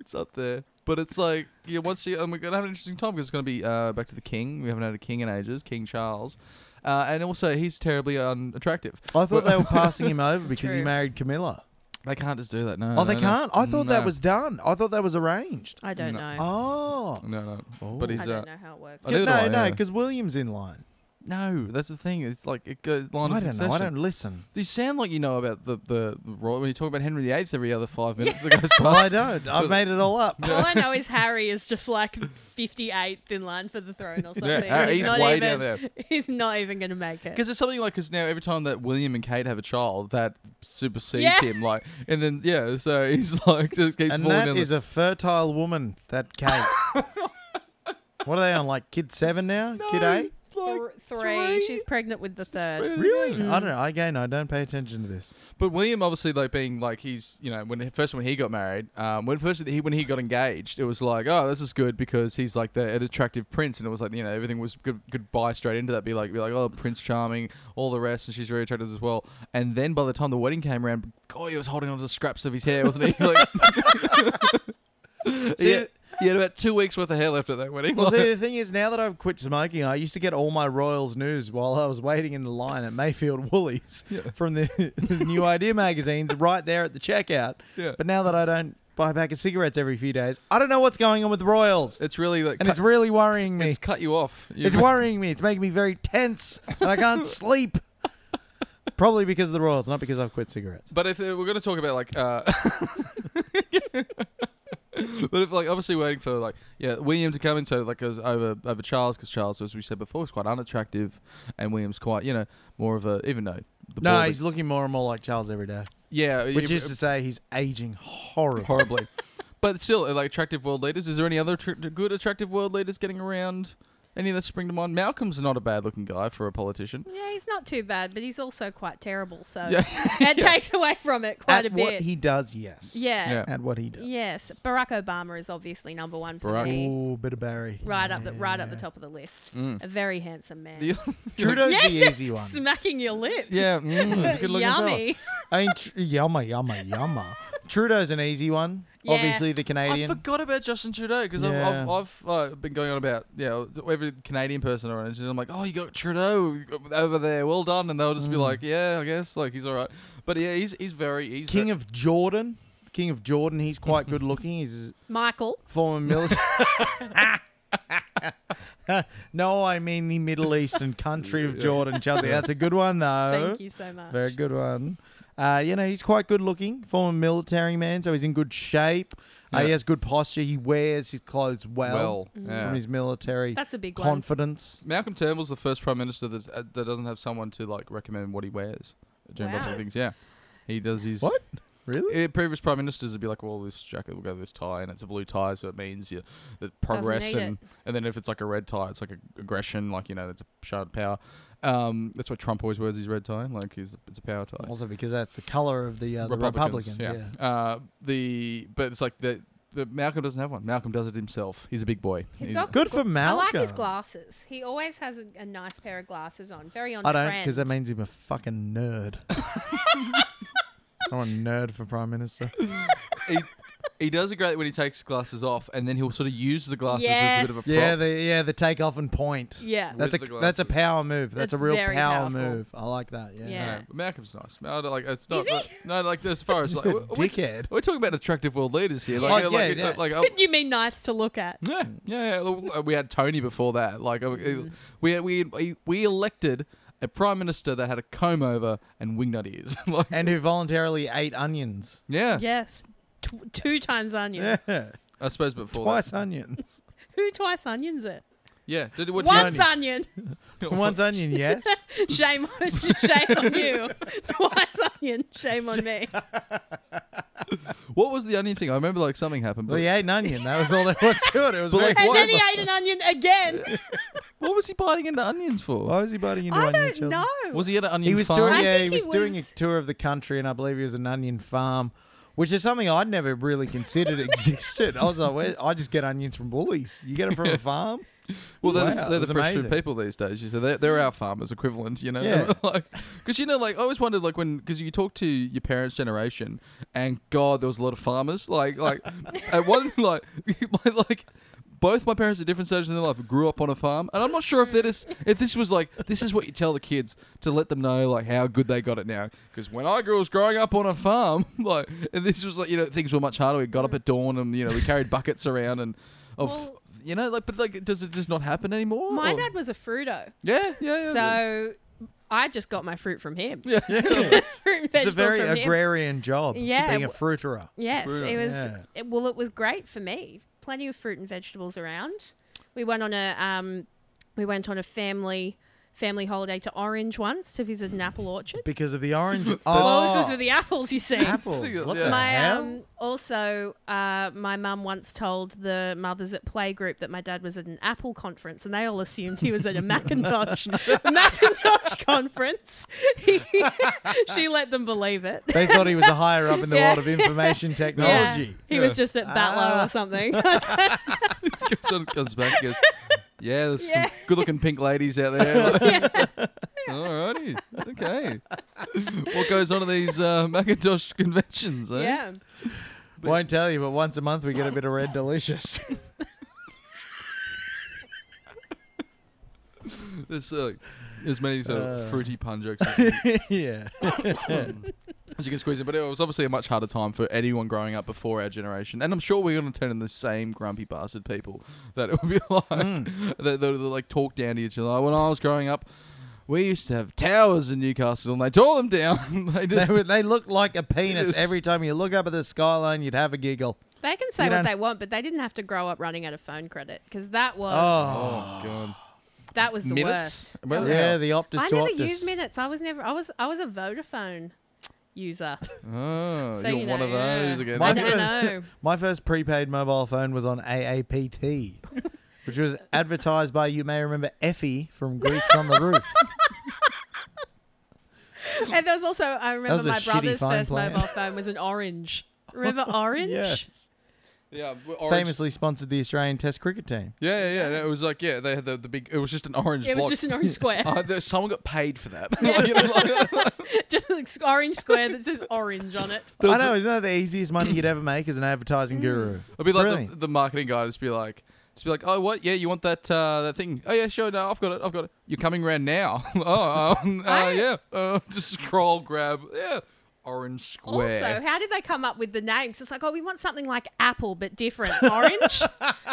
S1: It's up there. But it's like, yeah, once she, and we're going to have an interesting time because it's going to be uh, back to the king. We haven't had a king in ages, King Charles. Uh, and also, he's terribly unattractive.
S2: I thought they were passing him over because he
S3: True.
S2: married Camilla.
S1: They can't just do that. No.
S2: Oh, they
S1: no, no.
S2: can't. I thought that
S1: No.
S2: was done. I thought that was arranged.
S3: I don't
S1: No.
S3: know.
S2: Oh,
S1: No, no.
S2: Oh.
S1: But
S3: I
S1: he's. Uh,
S3: don't know how it works.
S1: I
S2: no,
S1: neither do I,
S2: no,
S1: yeah.
S2: because William's in line.
S1: no, that's the thing. It's like, it goes line
S2: I
S1: of
S2: don't know. I
S1: succession.
S2: don't listen.
S1: You sound like you know about the the, the royal when you talk about Henry VIII every other five minutes that goes
S2: Well, I
S1: past.
S2: don't. I've
S1: But-
S2: made it all up.
S3: All I know is Harry is just like 58th in line for the throne or something.
S1: Harry- he's
S3: not
S1: way
S3: even,
S1: down there.
S3: He's not even going to make it.
S1: Because it's something like because now every time that William and Kate have a child, that supersedes
S3: Yeah.
S1: him. Like, and then yeah, so he's like just keeps
S2: And
S1: falling
S2: that
S1: down.
S2: is
S1: the,
S2: a fertile woman, that Kate. what are they on? Like kid seven now? Kid eh? eight?
S3: Th- three. She's pregnant with the third.
S2: Really? I don't know. Again, I don't pay attention to this.
S1: but William obviously like being like he's you know when he- first when he got married, um, when first he when he got engaged, it was like oh this is good because he's like the an attractive prince, and it was like you know everything was good could buy straight into that. Be like be like oh Prince Charming, all the rest, and she's very attractive as well. And then by the time the wedding came around, God, he was holding on to the scraps of his hair, wasn't he? Like, he, had, he had about two weeks worth of hair left at that wedding.
S2: Well,
S1: Like-
S2: see, the thing is, now that I've quit smoking, I used to get all my Royals news while I was waiting in the line at Mayfield Woolies from the, the New Idea magazines right there at the checkout.
S1: Yeah.
S2: But now that I don't buy a pack of cigarettes every few days, I don't know what's going on with the Royals.
S1: It's really like
S2: and
S1: cut,
S2: it's really worrying me.
S1: it's
S2: It's,
S1: cut you off. You-
S2: worrying me. It's making me very tense, and I can't sleep. Probably because of the Royals, not because I've quit cigarettes.
S1: But if uh, we're going to talk about like, uh, but if like obviously waiting for like yeah William to come in, so like goes over over Charles because Charles, as we said before, is quite unattractive, and William's quite you know more of a even though the
S2: No,
S1: bald-
S2: he's looking more and more like Charles every day,
S1: yeah
S2: which
S1: yeah,
S2: is to say he's aging horribly.
S1: horribly. but still, uh, like attractive world leaders. Is there any other attra- good attractive world leaders getting around? Any that spring to mind? Malcolm's not a bad looking guy for a politician.
S3: Yeah, he's not too bad, but he's also quite terrible. So
S1: Yeah.
S3: that takes away from it quite
S2: At
S3: a bit.
S2: what he does, yes.
S3: yeah.
S1: Yeah.
S2: At what he does.
S3: Yes, Barack Obama is obviously number one for
S1: Barack-
S3: me.
S2: Oh, bit of Barry.
S3: Right up the right up the top of the list. A very handsome man.
S1: Do you-
S2: Trudeau's
S3: Yeah.
S2: Mm. the easy one.
S3: Smacking your lips.
S1: yeah, mm, good looking fella.
S3: Yummy.
S2: I mean, tr- yumma, yumma, yumma. Trudeau's an easy one.
S3: Yeah.
S2: Obviously, the Canadian.
S1: I forgot about Justin Trudeau because I've,
S2: Yeah.
S1: I've, I've uh, been going on about yeah every Canadian person around, and I'm like, oh, you got Trudeau over there, well done, and they'll just
S2: Mm.
S1: be like, yeah, I guess like he's all right, but yeah, he's he's very he's
S2: King
S1: ve-
S2: of Jordan. King of Jordan. He's
S3: Mm-hmm.
S2: quite good looking. He's a
S3: Michael.
S2: former military. no, I mean the Middle Eastern country of Jordan, Chelsea. That's a good one, though.
S3: Thank you so much.
S2: Very good one. Uh, you know, he's quite good looking, former military man, so he's in good shape. Uh, he
S1: Yeah.
S2: has good posture. He wears his clothes well,
S1: well, yeah.
S2: from his military
S3: That's a big one.
S2: confidence.
S1: Malcolm Turnbull's the first prime minister that's, uh, that doesn't have someone to like recommend what he wears during lots of
S3: Wow.
S1: things. Yeah, he does his
S2: What? Really?
S1: Yeah, previous prime ministers would be like, "Well, this jacket will go with this tie, and it's a blue tie, so it means you that progress."
S3: need
S1: And, and then if it's like a red tie, it's like a aggression, like you know, that's a show of power. Um, that's why Trump always wears his red tie, like he's it's a power tie.
S2: Also, because that's the color of the, uh, the Republicans. yeah.
S1: Uh, the but it's like the, the Malcolm doesn't have one. Malcolm does it himself. He's a big boy.
S3: He's
S1: He's-
S3: got-
S2: Good for
S3: I
S2: Malcolm.
S3: like his glasses. He always has a, a nice pair of glasses on. Very on
S2: I don't,
S3: trend.
S2: because that means he's a fucking nerd. I'm a nerd for prime minister.
S1: he- he does it great when he takes glasses off, and then he'll sort of use the glasses as a bit of a
S3: Yes.
S1: prop.
S2: Yeah, the yeah the take off and point.
S3: Yeah.
S1: With
S2: that's a
S1: the glasses.
S2: that's a power move. That's,
S3: That's
S2: a real
S3: very
S2: power
S3: powerful.
S2: move. I like that. Yeah.
S3: Yeah.
S1: No, but Malcolm's nice. I don't like it's not.
S3: he?
S1: like- no, like as far as like
S2: He's a
S1: we're, we're-
S2: dickhead.
S1: we're talking about attractive world leaders here. Like,
S2: Oh,
S1: uh, like,
S2: yeah,
S1: uh,
S2: yeah.
S1: like, uh,
S3: you mean nice to look at?
S1: yeah, yeah, yeah. Look, uh, We had Tony before that. Like uh,
S2: Mm.
S1: uh, we had, we we- we elected a prime minister that had a comb over and wingnut ears. like
S2: And who voluntarily ate onions?
S1: yeah,
S3: Yes. Tw- two times onion.
S2: Yeah,
S1: I suppose before
S2: twice
S1: that.
S2: onions.
S3: Who twice onions it?
S1: Yeah, did what
S3: Once
S2: Tony.
S3: onion.
S2: One's onion, yes.
S3: Shame on shame on you. Twice onion. Shame on me.
S1: What was the onion thing? I remember like something happened. But
S2: Well, he ate an onion. That was all there was to it. It was
S1: But
S2: very
S1: like,
S3: And
S1: what-
S3: then he
S2: clever.
S3: ate an onion again.
S1: what was he biting into onions for?
S2: Why was he biting into
S3: I
S2: onions?
S3: don't
S2: Chelsea?
S3: know.
S1: was he at an onion
S2: Oh. He was
S1: farm?
S2: doing
S3: I
S2: yeah, he
S3: think
S2: was,
S3: he
S2: doing a
S3: was-
S2: tour of the country, and I believe he was an onion farm, which is something I'd never really considered existed. I was like, Where, I just get onions from Woolies. You get them from a farm.
S1: Well, they're, the,
S2: Wow,
S1: they're the
S2: that's
S1: fresh food
S2: amazing.
S1: people these days. You so they're, they're our farmers equivalent, you know?
S2: Yeah.
S1: like, because you know, like I always wondered, like when because you talk to your parents' generation, and God, there was a lot of farmers. Like, like at one like my- like. Both my parents at different stages in their life grew up on a farm, and I'm not sure if that is if this was like this is what you tell the kids to let them know like how good they got it now. Because when I grew was growing up on a farm, like and this was like you know things were much harder. We got up at dawn, and you know we carried buckets around, and of
S3: Well-
S1: you know, like, but like, does it just not happen anymore?
S3: My
S1: or-
S3: dad was a fruito.
S1: Yeah, yeah, yeah.
S3: So I just got my fruit from him.
S1: yeah.
S3: fruit and
S2: It's a
S3: vegetables
S2: very
S3: from him.
S2: agrarian job.
S3: Yeah,
S2: being a
S3: w-
S2: fruiterer.
S3: Yes, it
S1: Brutal.
S3: was.
S2: Yeah.
S3: It, well, it was great for me. Plenty of fruit and vegetables around. We went on a um, we went on a family family holiday to Orange once to visit an apple orchard.
S2: because of the orange. oh,
S3: Well, this was with the apples, you see.
S2: apples. What
S1: Yeah.
S2: the
S3: My
S2: hell?
S3: um, also, uh, my mum once told the mothers at playgroup that my dad was at an Apple conference, and they all assumed he was at a Macintosh Macintosh conference. she let them believe it.
S2: they thought he was a higher up in the
S3: Yeah.
S2: world of information
S3: Yeah,
S2: technology.
S3: he was just at Batlow
S2: Ah.
S3: or something.
S1: Just sort of comes back and goes, yeah, there's
S3: Yeah.
S1: some good-looking pink ladies out there. Like, Alrighty, okay. what goes on at these uh, Macintosh conventions? Eh?
S3: yeah.
S2: Won't tell you, but once a month we get a bit of red delicious.
S1: There's uh, as many sort of
S2: Uh.
S1: fruity pun jokes as you,
S2: yeah.
S1: as you can squeeze in, but it was obviously a much harder time for anyone growing up before our generation. And I'm sure we're going to turn in the same grumpy bastard people that it would be like
S2: Hmm.
S1: that, that, that like talk down to each other. Like, when I was growing up. We used to have towers in Newcastle, and they tore them down. they just
S2: They, were, they look like a penis
S1: Yes.
S2: every time you look up at the skyline. You'd have a giggle.
S3: They can say
S2: You
S3: what
S2: don't-
S3: they want, but they didn't have to grow up running out of phone credit because that was
S2: Oh,
S1: Oh god.
S3: that was the
S1: Minutes?
S3: worst.
S1: Well,
S2: yeah, the Optus
S3: I
S2: to
S3: never
S2: Optus.
S3: used minutes. I was never. I was. I was a Vodafone user.
S1: Oh,
S3: So
S1: you're
S3: you
S1: one
S3: know,
S1: of those
S3: yeah.
S1: again.
S3: I
S2: My
S3: d- I
S2: first-
S3: know.
S2: My first prepaid mobile phone was on AAPT, which was advertised by you may remember Effie from Greeks on the Roof.
S3: and there was also. I remember
S2: was a
S3: my
S2: shitty
S3: brother's
S2: phone
S3: first
S2: plan.
S3: mobile phone was an orange. Remember orange?
S2: Yeah.
S1: yeah, w- orange-
S2: Famously sponsored the Australian Test cricket team.
S1: Yeah, yeah, yeah. no, It was like yeah, they had the, the big. It was just an orange.
S3: It was
S1: block.
S3: just an orange square.
S1: Uh, there- someone got paid for that. Like, you know, like-
S3: just an orange square that says orange on it.
S2: I know, isn't that the easiest money you'd ever make as an
S3: Mm.
S2: advertising guru?
S1: It'd be like the,
S2: Brilliant.
S1: the marketing guy just be like, just be like, oh what? Yeah, you want that uh, that thing? Oh yeah, sure. No, I've got it. I've got it. You're coming round now. oh um, uh,
S3: I-
S1: yeah. Uh, just scroll, grab. Yeah, orange square.
S3: Also, how did they come up with the names? It's like, oh, we want something like apple but different. Orange.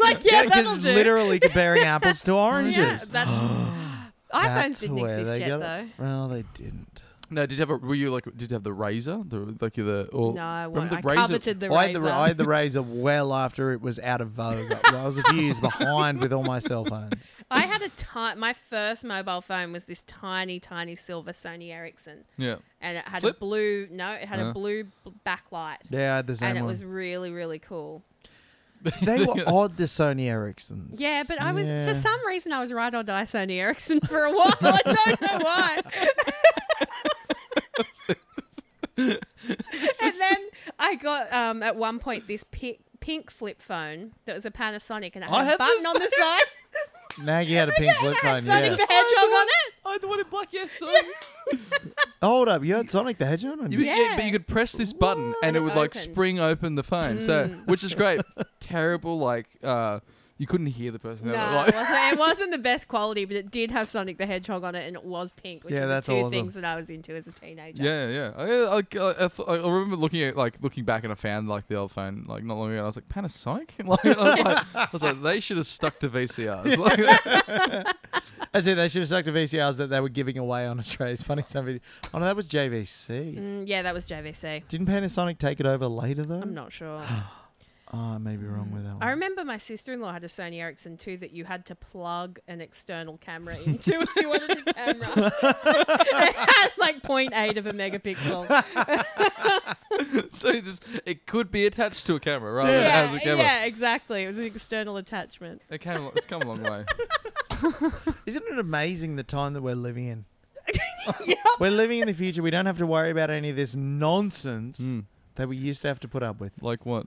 S3: like, yeah, that'll
S2: because it's
S3: do.
S2: literally comparing apples to
S3: yeah,
S2: oranges.
S3: that's. iPhones
S2: That's
S3: didn't
S2: where
S3: exist
S2: they
S3: yet,
S2: got
S3: though.
S2: it- Well, they didn't.
S1: no, did you have a? Were you like? Did you have the razor? The like the or
S3: No, I, won't.
S1: remember
S3: I
S1: the razor?
S3: coveted the
S2: I had
S3: razor.
S2: the, I had the razor well after it was out of vogue. I was a few years behind with all my cell phones.
S3: I had a ti- my first mobile phone was this tiny, tiny silver Sony Ericsson,
S1: Yeah.
S3: and it had
S1: Flip?
S3: a blue. No, it had
S1: Uh.
S3: a blue b- backlight,
S2: Yeah, I had the same
S3: and it
S2: one.
S3: was really, really cool.
S2: They were odd, the Sony Ericssons.
S3: Yeah, but I was
S2: Yeah.
S3: for some reason I was right or die Sony Ericsson for a while. I don't know why. and then I got um, at one point this pink, pink flip phone that was a Panasonic, and it had
S1: I
S3: a
S1: had the
S3: button on the
S1: same-
S3: side.
S2: Nagy had a pink flip
S3: It had
S2: phone.
S3: Sonic
S2: Yes.
S3: the Hedgehog on it.
S1: I had the one in black, yes.
S2: Hold up, you had Sonic the Hedgehog on
S1: You, yeah.
S3: Yeah.
S1: but you could press this button
S3: Ooh,
S1: and it
S3: it
S1: would like
S3: opens. Hmm.
S1: spring open the phone. So, which is great. Terrible, like uh, you couldn't hear the person.
S3: No,
S1: like,
S3: it, wasn't, it wasn't the best quality, but it did have Sonic the Hedgehog on it, and it was pink, which
S2: Yeah,
S3: are the
S2: that's
S3: two
S2: awesome.
S3: things that I was into as a teenager.
S1: Yeah, yeah. I, I, I, I, th- I remember looking at like looking back, and I found like the old phone like not long ago. And I was like Panasonic. Like, I, was like, I was like, they should have stuck to VCRs. Like,
S2: I said they should have stuck to VCRs that they were giving away on Australia's funny somebody. Oh no, that was JVC.
S3: Mm, yeah, that was JVC.
S2: Didn't Panasonic take it over later though?
S3: I'm not sure.
S2: Oh, I may be wrong with that one.
S3: I remember my sister in law had a Sony Ericsson too that you had to plug an external camera into if you wanted a camera. it had like 0.8 of a megapixel.
S1: so it just it could be attached to a camera, right?
S3: Yeah,
S1: a camera.
S3: yeah, exactly. It was an external attachment.
S1: It came, a- it's come a long way.
S2: Isn't it amazing the time that we're living in? We're living in the future. We don't have to worry about any of this nonsense
S1: Mm,
S2: that we used to have to put up with.
S1: like what?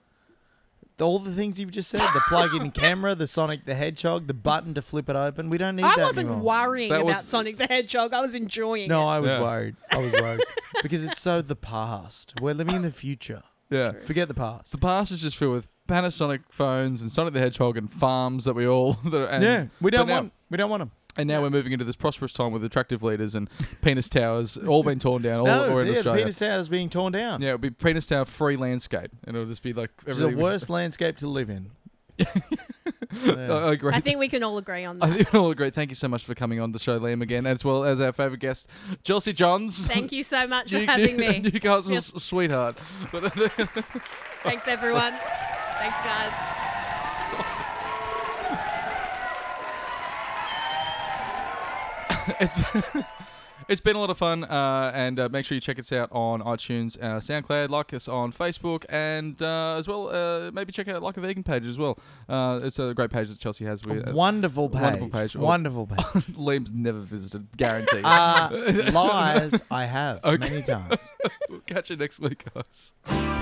S2: All the things you've just said the plug in camera, the Sonic the Hedgehog, the button to flip it open. We don't need
S3: I
S2: that
S3: wasn't
S2: anymore.
S3: worrying
S1: That
S3: about
S1: was-
S3: Sonic the Hedgehog. I was enjoying
S2: No,
S3: it.
S2: I was
S1: Yeah.
S2: worried. I was worried. because it's so the past. We're living in the future.
S1: Yeah.
S2: Forget the past.
S1: The past is just filled with Panasonic phones and Sonic the Hedgehog and farms that we all. That are, and,
S2: yeah, we don't
S1: but now-
S2: want we don't want them.
S1: And now we're moving into this prosperous time with attractive leaders and penis towers all been torn down all
S2: no,
S1: around
S2: yeah, the
S1: Australia.
S2: Peter Tower's being torn down.
S1: Yeah, it'll be penis tower free landscape, and it'll just be like
S2: It's the
S1: everything.
S2: worst landscape to live in.
S1: I
S2: Yeah.
S1: Oh, I agree.
S3: I think we can all agree on
S1: I
S3: that.
S1: think we all agree. Thank you so much for coming on the show, Liam, again, as well as our favourite guest, Chelsea Johns.
S3: Thank you so much for
S1: New-
S3: having
S1: New-
S3: me.
S1: Newcastle's sweetheart. But-
S3: Thanks, everyone. Thanks, guys.
S1: it's it's been a lot of fun, uh, and uh, make sure you check us out on iTunes, uh, SoundCloud, like us on Facebook, and uh, as well uh, maybe check out like a vegan page as well. Uh, it's a great page that Chelsea has. We, uh,
S2: wonderful page.
S1: Wonderful page.
S2: Wonderful page.
S1: Liam's never visited, guaranteed.
S2: Uh, lies I have many times.
S1: we'll catch you next week, guys.